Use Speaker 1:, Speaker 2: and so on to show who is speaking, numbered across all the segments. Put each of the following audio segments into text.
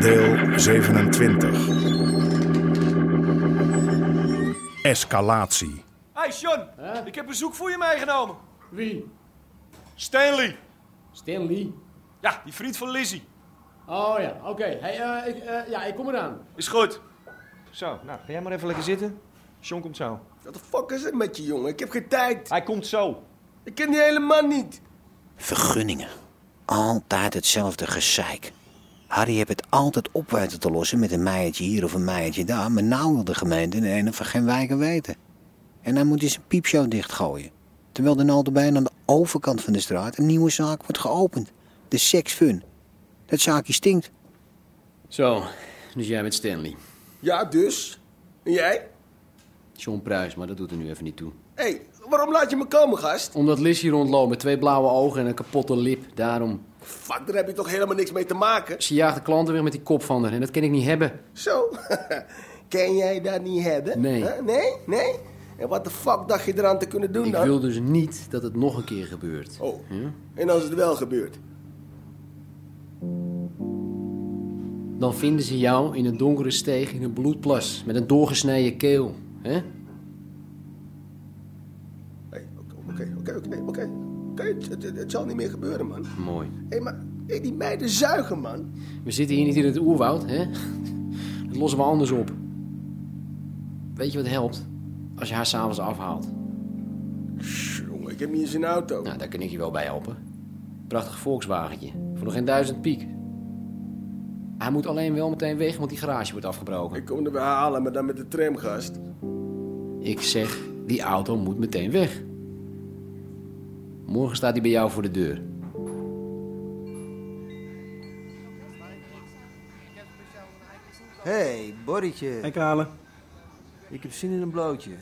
Speaker 1: Deel 27. Escalatie.
Speaker 2: Hey Sean, ik heb bezoek voor je meegenomen.
Speaker 3: Wie?
Speaker 2: Stanley.
Speaker 3: Stanley.
Speaker 2: Ja, die vriend van Lizzie.
Speaker 3: Oh ja, oké. Hey, eh, ik, eh, ja, ik kom eraan.
Speaker 2: Is goed. Zo, nou, ga jij maar even lekker zitten. Sean komt zo.
Speaker 4: Wat de fuck is het met je, jongen? Ik heb geen tijd.
Speaker 2: Hij komt zo.
Speaker 4: Ik ken die hele man niet.
Speaker 5: Vergunningen. Altijd hetzelfde gezeik. Harry heeft het altijd op weten te lossen met een meiertje hier of een meiertje daar. Maar nou wil de gemeente in een of geen wijken weten. En dan moet hij zijn piepshow dichtgooien. Terwijl de notabene aan de overkant van de straat een nieuwe zaak wordt geopend. De seksfun. Dat zaakje stinkt.
Speaker 3: Zo, dus jij bent Stanley.
Speaker 4: Ja, dus? En jij?
Speaker 3: John Pruis, maar dat doet er nu even niet toe.
Speaker 4: Hé, hey, waarom laat je me komen, gast?
Speaker 3: Omdat Liz hier rondloopt met twee blauwe ogen en een kapotte lip. Daarom.
Speaker 4: Fuck, daar heb je toch helemaal niks mee te maken?
Speaker 3: Ze jaagt de klanten weer met die kop van haar en dat kan ik niet hebben.
Speaker 4: Zo? Ken jij dat niet hebben?
Speaker 3: Nee.
Speaker 4: Huh? Nee? Nee? En wat de fuck dacht je eraan te kunnen doen
Speaker 3: Ik
Speaker 4: dan?
Speaker 3: wil dus niet dat het nog een keer gebeurt.
Speaker 4: Oh, en als het wel gebeurt?
Speaker 3: Dan vinden ze jou in een donkere steeg in een bloedplas met een doorgesneden keel. hè?
Speaker 4: Hé, oké, oké, oké, oké, oké. Oké, het- het- het- Het zal niet meer gebeuren, man. Hé,
Speaker 3: Mooi.
Speaker 4: maar hey, die meiden zuigen, man.
Speaker 3: We zitten hier niet in het oerwoud, hè? Dat lossen we anders op. Weet je wat helpt? Als je haar s'avonds afhaalt.
Speaker 4: Jongen, ik heb hier zijn auto.
Speaker 3: Nou, daar kan ik je wel bij helpen. Prachtig Volkswagentje. Voor nog geen duizend piek. Hij moet alleen wel meteen weg, want die garage wordt afgebroken.
Speaker 4: Ik kom er weer halen, maar dan met de tram, gast.
Speaker 3: Ik zeg, die auto moet meteen weg. Morgen staat hij bij jou voor de deur.
Speaker 6: hey, Borretje.
Speaker 7: Hey Kale.
Speaker 6: Ik heb zin in een blootje.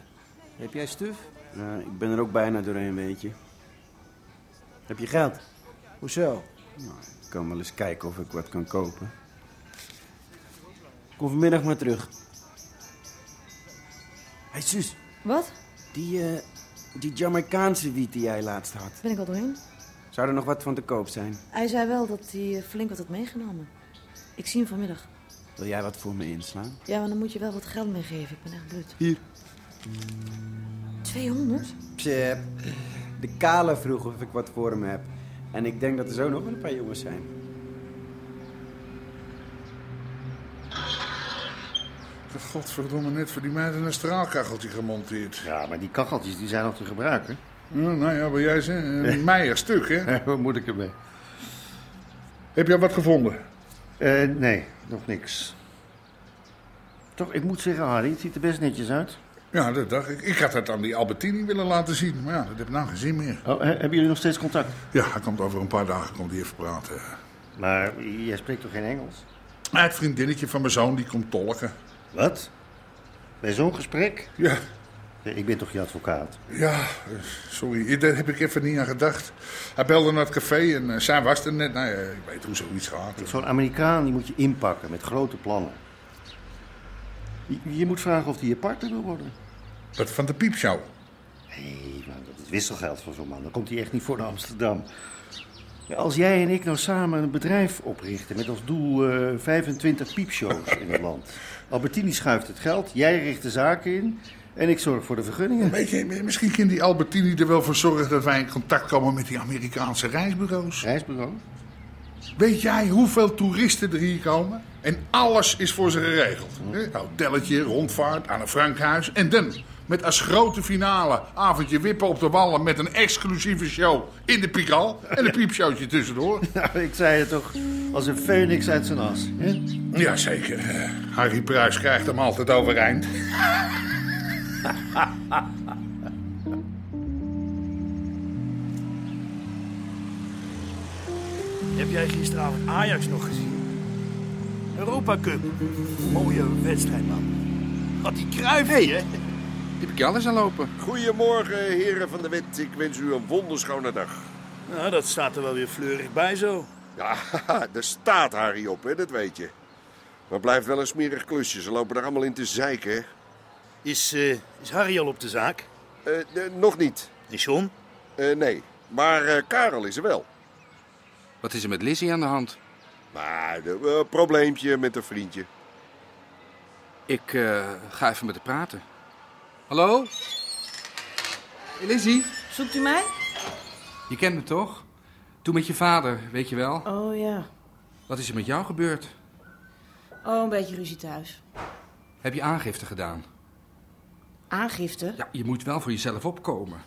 Speaker 6: Heb jij stuf?
Speaker 7: Nou, ik ben er ook bijna doorheen, weet je. Heb je geld? Nou,
Speaker 6: Hoezo?
Speaker 7: Ik kan wel eens kijken of ik wat kan kopen. Kom vanmiddag maar terug. Hé hey, zus,
Speaker 8: Wat?
Speaker 7: die, eh, die Jamaicaanse wiet die jij laatst had.
Speaker 8: Ben ik al doorheen?
Speaker 7: Zou er nog wat van te koop zijn?
Speaker 8: Hij zei wel dat hij eh, flink wat had meegenomen. Ik zie hem vanmiddag.
Speaker 7: Wil jij wat voor me inslaan?
Speaker 8: Ja, maar dan moet je wel wat geld meegeven. Ik ben echt blut.
Speaker 7: Hier.
Speaker 8: 200?
Speaker 7: Psep. De Kale vroeg of ik wat voor hem heb. En ik denk dat er zo nog wel een paar jongens zijn.
Speaker 9: Godverdomme, net voor die meiden een straalkacheltje gemonteerd.
Speaker 10: Ja, maar die kacheltjes die zijn nog te gebruiken.
Speaker 9: Ja, nou ja, wil jij ze? Een meier stuk, hè?
Speaker 10: Wat moet ik ermee?
Speaker 9: Heb jij wat gevonden?
Speaker 10: Eh, nee, nog niks. Toch, ik moet zeggen, Harry, het ziet er best netjes uit.
Speaker 9: Ja, dat dacht ik. Ik had dat aan die Albertini willen laten zien, maar ja, dat heb ik nou geen zin meer.
Speaker 10: Oh, he- hebben jullie nog steeds contact?
Speaker 9: Ja, hij komt over een paar dagen komt hij even praten.
Speaker 10: Maar jij spreekt toch geen Engels?
Speaker 9: Ah, Het vriendinnetje van mijn zoon, die komt tolken.
Speaker 10: Wat? Bij zo'n gesprek?
Speaker 9: Ja,
Speaker 10: Eh, Ik ben toch je advocaat?
Speaker 9: ja, eh, sorry, daar heb ik even niet aan gedacht. Hij belde naar het café en eh, zij was er net. Nou ja, ik weet hoe zoiets gaat.
Speaker 10: Zo'n Amerikaan die moet je inpakken met grote plannen. Je, je moet vragen of hij je partner wil worden.
Speaker 9: Dat van de piepshow.
Speaker 10: Nee, maar dat is wisselgeld voor zo'n man. Dan komt hij echt niet voor naar Amsterdam. Ja, Als jij en ik nou samen een bedrijf oprichten met als doel eh, 25 piepshows in het land. Albertini schuift het geld, jij richt de zaken in en ik zorg voor de vergunningen.
Speaker 9: Weet je, misschien kan die Albertini er wel voor zorgen dat wij in contact komen met die Amerikaanse reisbureaus.
Speaker 10: Reisbureau?
Speaker 9: Weet jij hoeveel toeristen er hier komen? En alles is voor ze geregeld. Hè? Hotelletje, rondvaart aan een Frankhuis. En dan, met als grote finale, avondje wippen op de wallen... met een exclusieve show in de Pikal. En een piepshowtje tussendoor.
Speaker 10: Nou, ik zei het toch, als een phoenix uit zijn as. Hè?
Speaker 9: Jazeker. Eh, Harry Pruis krijgt hem altijd overeind.
Speaker 11: Heb jij gisteravond Ajax nog gezien? Europa Cup. Mooie wedstrijd, man. Wat die kruif hè?
Speaker 12: Die heb ik alles aan lopen.
Speaker 4: Goedemorgen, heren van de wet. Ik wens u een wonderschone dag.
Speaker 11: Nou, dat staat er wel weer fleurig bij zo.
Speaker 4: Ja, daar staat Harry op, hè? dat weet je. Maar blijft wel een smerig klusje. Ze lopen er allemaal in te zeiken. hè?
Speaker 11: Is, eh, is Harry al op de zaak?
Speaker 4: Eh, eh, nog niet.
Speaker 11: Is John?
Speaker 4: nee, maar eh, Karel is er wel.
Speaker 12: Wat is er met Lizzie aan de hand?
Speaker 4: Maar een probleempje met een vriendje.
Speaker 12: Ik eh, ga even met haar praten. Hallo? Hey, Lizzie,
Speaker 8: Zoekt u mij?
Speaker 12: je kent me toch? Toen met je vader, weet je wel.
Speaker 8: Oh ja.
Speaker 12: Wat is er met jou gebeurd?
Speaker 8: Oh, een beetje ruzie thuis.
Speaker 12: Heb je aangifte gedaan?
Speaker 8: Aangifte?
Speaker 12: Ja, je moet wel voor jezelf opkomen.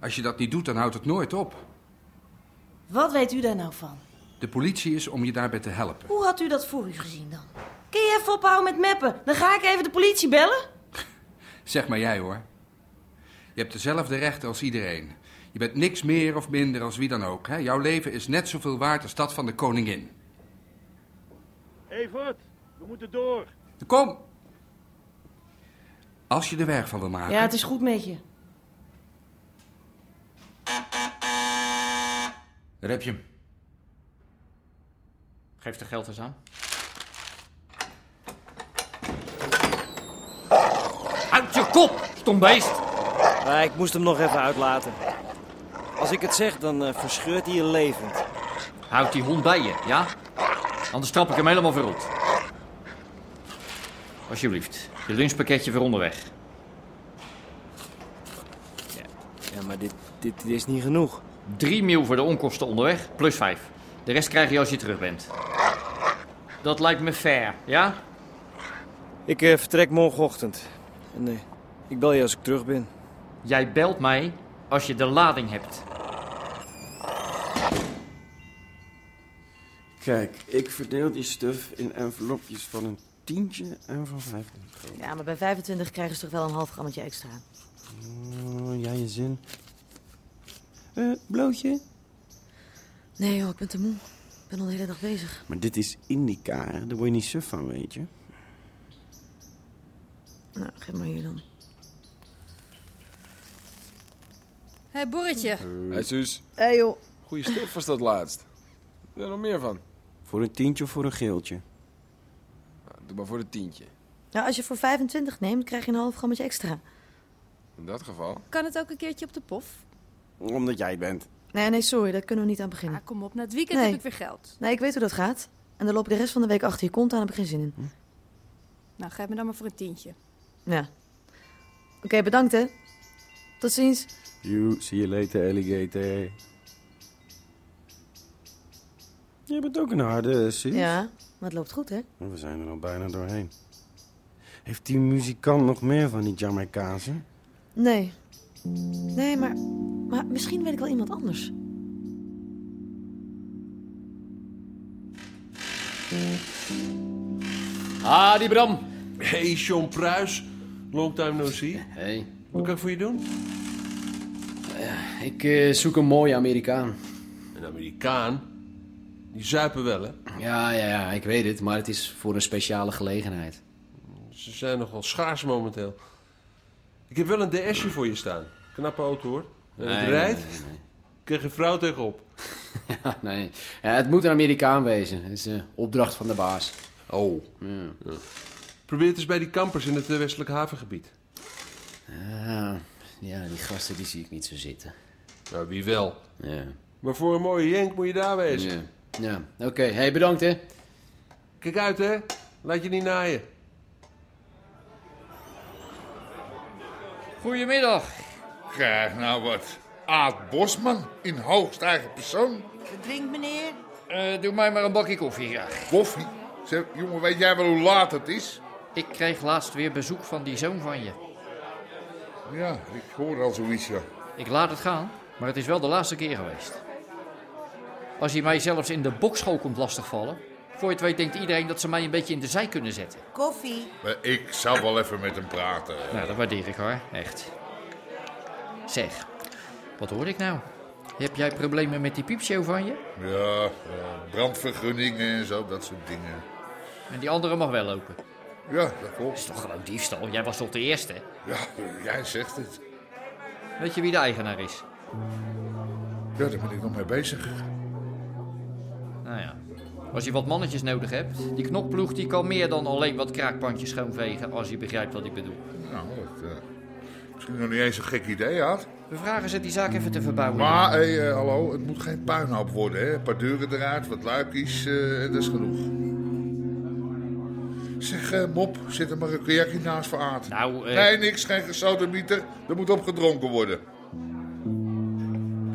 Speaker 12: Als je dat niet doet, dan houdt het nooit op.
Speaker 8: Wat weet u daar nou van?
Speaker 12: De politie is om je daarbij te helpen.
Speaker 8: Hoe had u dat voor u gezien dan? Kun je even ophouden met meppen? Dan ga ik even de politie bellen.
Speaker 12: Zeg maar jij hoor. Je hebt dezelfde rechten als iedereen. Je bent niks meer of minder als wie dan ook. Hè? Jouw leven is net zoveel waard als dat van de koningin.
Speaker 11: Evert, we moeten door.
Speaker 12: Kom! Als je er werk van wil maken.
Speaker 8: Ja, het is goed met je.
Speaker 13: Daar heb je hem.
Speaker 3: Geef er geld eens aan.
Speaker 13: Uit je kop, stombeest!
Speaker 14: Maar ik moest hem nog even uitlaten. Als ik het zeg, dan eh, verscheurt hij je levend.
Speaker 13: Houd die hond bij je, ja? Anders trap ik hem helemaal verrot. Alsjeblieft, je lunchpakketje voor onderweg.
Speaker 14: Ja, maar dit, dit, dit is niet genoeg.
Speaker 13: Drie mil voor de onkosten onderweg, plus vijf. De rest krijg je als je terug bent. Dat lijkt me fair, ja?
Speaker 14: Ik eh, vertrek morgenochtend. En eh, ik bel je als ik terug ben.
Speaker 13: Jij belt mij als je de lading hebt.
Speaker 7: Kijk, ik verdeel die stuf in envelopjes van een tientje en van 500 euro.
Speaker 8: Ja, maar bij 25 krijgen ze toch wel een half grammetje extra.
Speaker 7: Oh, jij je zin. Eh, blootje?
Speaker 8: Nee joh, ik ben te moe. Ik ben al de hele dag bezig.
Speaker 7: Maar dit is indica, hè? daar word je niet suf van, weet je.
Speaker 8: Nou, geef maar hier dan.
Speaker 15: Hé, Borretje.
Speaker 16: Hey Suus,
Speaker 15: Hé, joh.
Speaker 16: goede stip was dat laatst. Heb je er nog meer van?
Speaker 7: Voor een tientje of voor een geeltje?
Speaker 16: Nou, doe maar voor het tientje.
Speaker 8: Nou, als je voor 25 neemt, krijg je een half grammetje extra.
Speaker 16: In dat geval.
Speaker 15: Kan het ook een keertje op de pof?
Speaker 7: Omdat jij het bent.
Speaker 8: Nee, nee, sorry, daar kunnen we niet aan beginnen.
Speaker 15: Kom op, na het weekend
Speaker 8: Nee.
Speaker 15: heb ik weer geld.
Speaker 8: Nee, ik weet hoe dat gaat. En dan loop ik de rest van de week achter je kont aan, heb ik geen zin in.
Speaker 15: Nou, geef me dan maar voor een tientje.
Speaker 8: Ja. Oké, bedankt hè. Tot ziens.
Speaker 7: You, see you later, alligator. Jij bent ook een harde, Suus.
Speaker 8: Ja, maar het loopt goed hè.
Speaker 7: We zijn er al bijna doorheen. Heeft die muzikant nog meer van die Jamaicaanse?
Speaker 8: Nee. Nee, maar, maar misschien weet ik wel iemand anders.
Speaker 13: Ah, die Bram.
Speaker 10: Hey, Sean Pruis. Long time no see.
Speaker 3: Hey.
Speaker 10: Wat kan ik voor je doen?
Speaker 3: Ik eh, zoek een mooie Amerikaan.
Speaker 10: Een Amerikaan? Die zuipen wel, hè?
Speaker 3: Ja, ja, ja, ik weet het, maar het is voor een speciale gelegenheid.
Speaker 10: Ze zijn nogal schaars momenteel. Ik heb wel een DS'je voor je staan. Knappe auto, hoor. En het
Speaker 3: Nee,
Speaker 10: rijdt.
Speaker 3: nee,
Speaker 10: Ik kreeg een vrouw tegenop.
Speaker 3: Ja, nee. Ja, het moet een Amerikaan wezen. Dat is een opdracht van de baas.
Speaker 10: Oh. Probeer het eens bij die kampers in het eh, westelijk havengebied.
Speaker 3: Ja, Ah, ja, die gasten die zie ik niet zo zitten.
Speaker 10: Nou, wie wel?
Speaker 3: Ja.
Speaker 10: Maar voor een mooie jenk moet je daar wezen.
Speaker 3: Ja, oké. Hey, bedankt, hè.
Speaker 10: Kijk uit, hè. Laat je niet naaien.
Speaker 13: Goedemiddag.
Speaker 9: Krijg nou wat. Aad Bosman in hoogst eigen persoon.
Speaker 13: Drink, meneer. Eh, doe mij maar een bakje koffie, ja.
Speaker 9: Koffie? Zeg, jongen, weet jij wel hoe laat het is?
Speaker 13: Ik kreeg laatst weer bezoek van die zoon van je.
Speaker 9: Ja, ik hoor al zoiets, ja.
Speaker 13: Ik laat het gaan, maar het is wel de laatste keer geweest. Als hij mij zelfs in de bokschool komt lastigvallen,
Speaker 10: Voor je het weet denkt iedereen dat ze mij een beetje in de zij kunnen zetten.
Speaker 8: Koffie.
Speaker 9: Maar Ik zou wel even met hem praten.
Speaker 10: Nou, dat waardeer ik hoor, echt. Zeg, wat hoor ik nou? Heb jij problemen met die piepshow van je?
Speaker 9: Ja, eh, brandvergunningen en zo, dat soort dingen.
Speaker 10: En die andere mag wel lopen.
Speaker 9: Ja, dat klopt.
Speaker 10: is toch gewoon diefstal? Jij was toch de eerste?
Speaker 9: Ja, jij zegt het.
Speaker 10: Weet je wie de eigenaar is?
Speaker 9: Ja, daar ben ik nog mee bezig.
Speaker 10: Nou ja. Als je wat mannetjes nodig hebt, die knokploeg die kan meer dan alleen wat kraakpandjes schoonvegen, als je begrijpt wat ik bedoel.
Speaker 9: Nou, dat, eh, misschien nog niet eens een gek idee had.
Speaker 10: We vragen ze die zaak even te verbouwen.
Speaker 9: Maar, hé, eh, hallo, het moet geen puinhoop worden, hè. Een paar deuren eruit, wat luikjes, eh, en dat is genoeg. Zeg, eh, Mop, zit er maar een kajakje naast voor Aad.
Speaker 10: Nou, eh,
Speaker 9: Nee, niks, geen gesodemieter. Er moet op gedronken worden.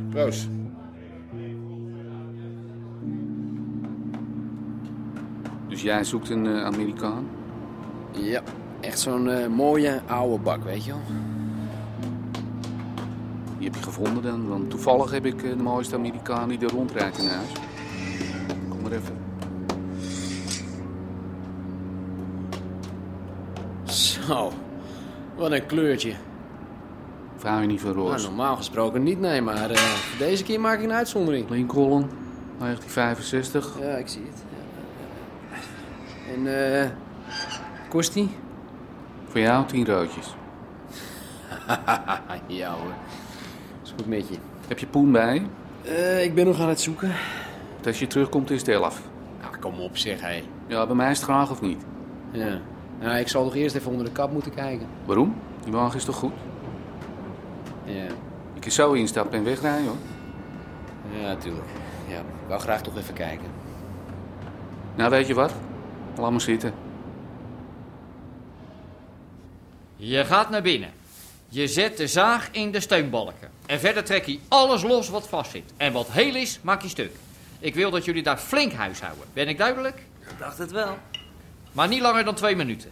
Speaker 9: Proost.
Speaker 17: Dus jij zoekt een eh, Amerikaan?
Speaker 3: Ja, echt zo'n eh, mooie oude bak, weet je wel.
Speaker 17: Die heb je gevonden dan? Want toevallig heb ik eh, de mooiste Amerikaan die er rondrijdt in huis. Kom maar even.
Speaker 3: Zo, wat een kleurtje.
Speaker 17: Vrouw je niet van roze?
Speaker 3: Nou, normaal gesproken niet, nee, maar eh, voor deze keer maak ik een uitzondering.
Speaker 17: Lincoln, 1965.
Speaker 3: Ja, ik zie het. En eh, kost die?
Speaker 17: Voor jou tien roodjes.
Speaker 3: Ah, ja hoor. Is goed met je.
Speaker 17: Heb je poen bij?
Speaker 3: Eh, ik ben nog aan het zoeken.
Speaker 17: Want als je terugkomt is het elf.
Speaker 3: Ah, kom op zeg, hé.
Speaker 17: Ja, bij mij is het graag of niet?
Speaker 3: Ja. Nou, ik zal nog eerst even onder de kap moeten kijken.
Speaker 17: Waarom? Die wagen is toch goed?
Speaker 3: Ja.
Speaker 17: Je kunt zo instappen en wegrijden hoor.
Speaker 3: Ja, tuurlijk. Ja, ik wou graag toch even kijken.
Speaker 17: Nou, weet je wat? Laat maar zitten.
Speaker 10: Je gaat naar binnen. Je zet de zaag in de steunbalken. En verder trek je alles los wat vastzit. En wat heel is, maak je stuk. Ik wil dat jullie daar flink huishouden. Ben ik duidelijk?
Speaker 2: Ik dacht het wel.
Speaker 10: Maar niet langer dan twee minuten.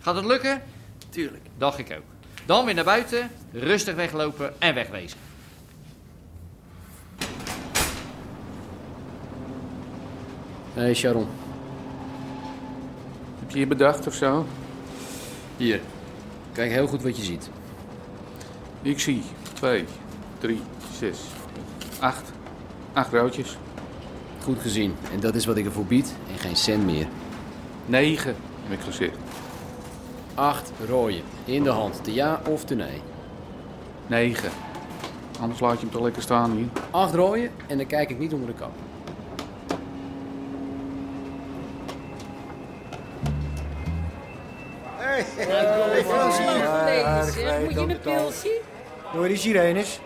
Speaker 10: Gaat het lukken?
Speaker 2: Tuurlijk.
Speaker 10: Dacht ik ook. Dan weer naar buiten, rustig weglopen en wegwezen.
Speaker 3: Hé, Sharon.
Speaker 17: Heb je je bedacht of zo?
Speaker 3: Hier. Kijk heel goed wat je ziet.
Speaker 17: Ik zie 2, 3, 6, 8. 8 roodjes.
Speaker 3: Goed gezien. En dat is wat ik ervoor bied. En geen cent meer.
Speaker 17: 9, heb ik gezegd.
Speaker 3: Acht rooien. In de hand. De ja of de nee.
Speaker 17: 9. Anders laat je hem toch lekker staan hier.
Speaker 3: Acht rooien en dan kijk ik niet onder de kap.
Speaker 18: Hoor die sirenes?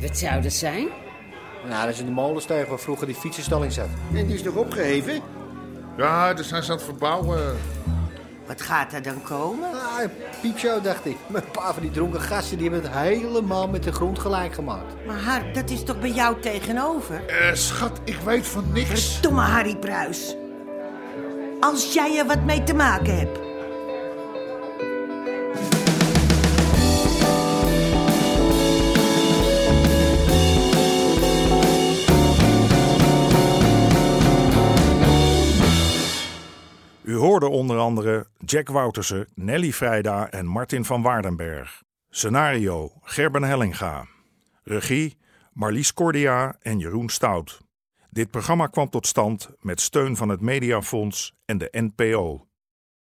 Speaker 19: Wat zou dat zijn?
Speaker 18: Nou, dat is een molensteeg waar vroeger die fietsenstalling zat.
Speaker 4: En die is nog opgeheven?
Speaker 9: Ja, daar zijn ze aan het verbouwen.
Speaker 19: Wat gaat er dan komen?
Speaker 18: Ah, een piepshow, dacht ik. Met een paar van die dronken gasten, die hebben het helemaal met de grond gelijk gemaakt.
Speaker 19: Maar Harp, dat is toch bij jou tegenover?
Speaker 9: Eh, schat, ik weet van niks.
Speaker 19: Verdomme Harry Pruis. Als jij er wat mee te maken hebt.
Speaker 1: U hoorde onder andere Jack Woutersen, Nelly Vrijda en Martin van Waardenberg. Scenario Gerben Hellinga. Regie Marlies Cordia en Jeroen Stout. Dit programma kwam tot stand met steun van het Mediafonds en de NPO.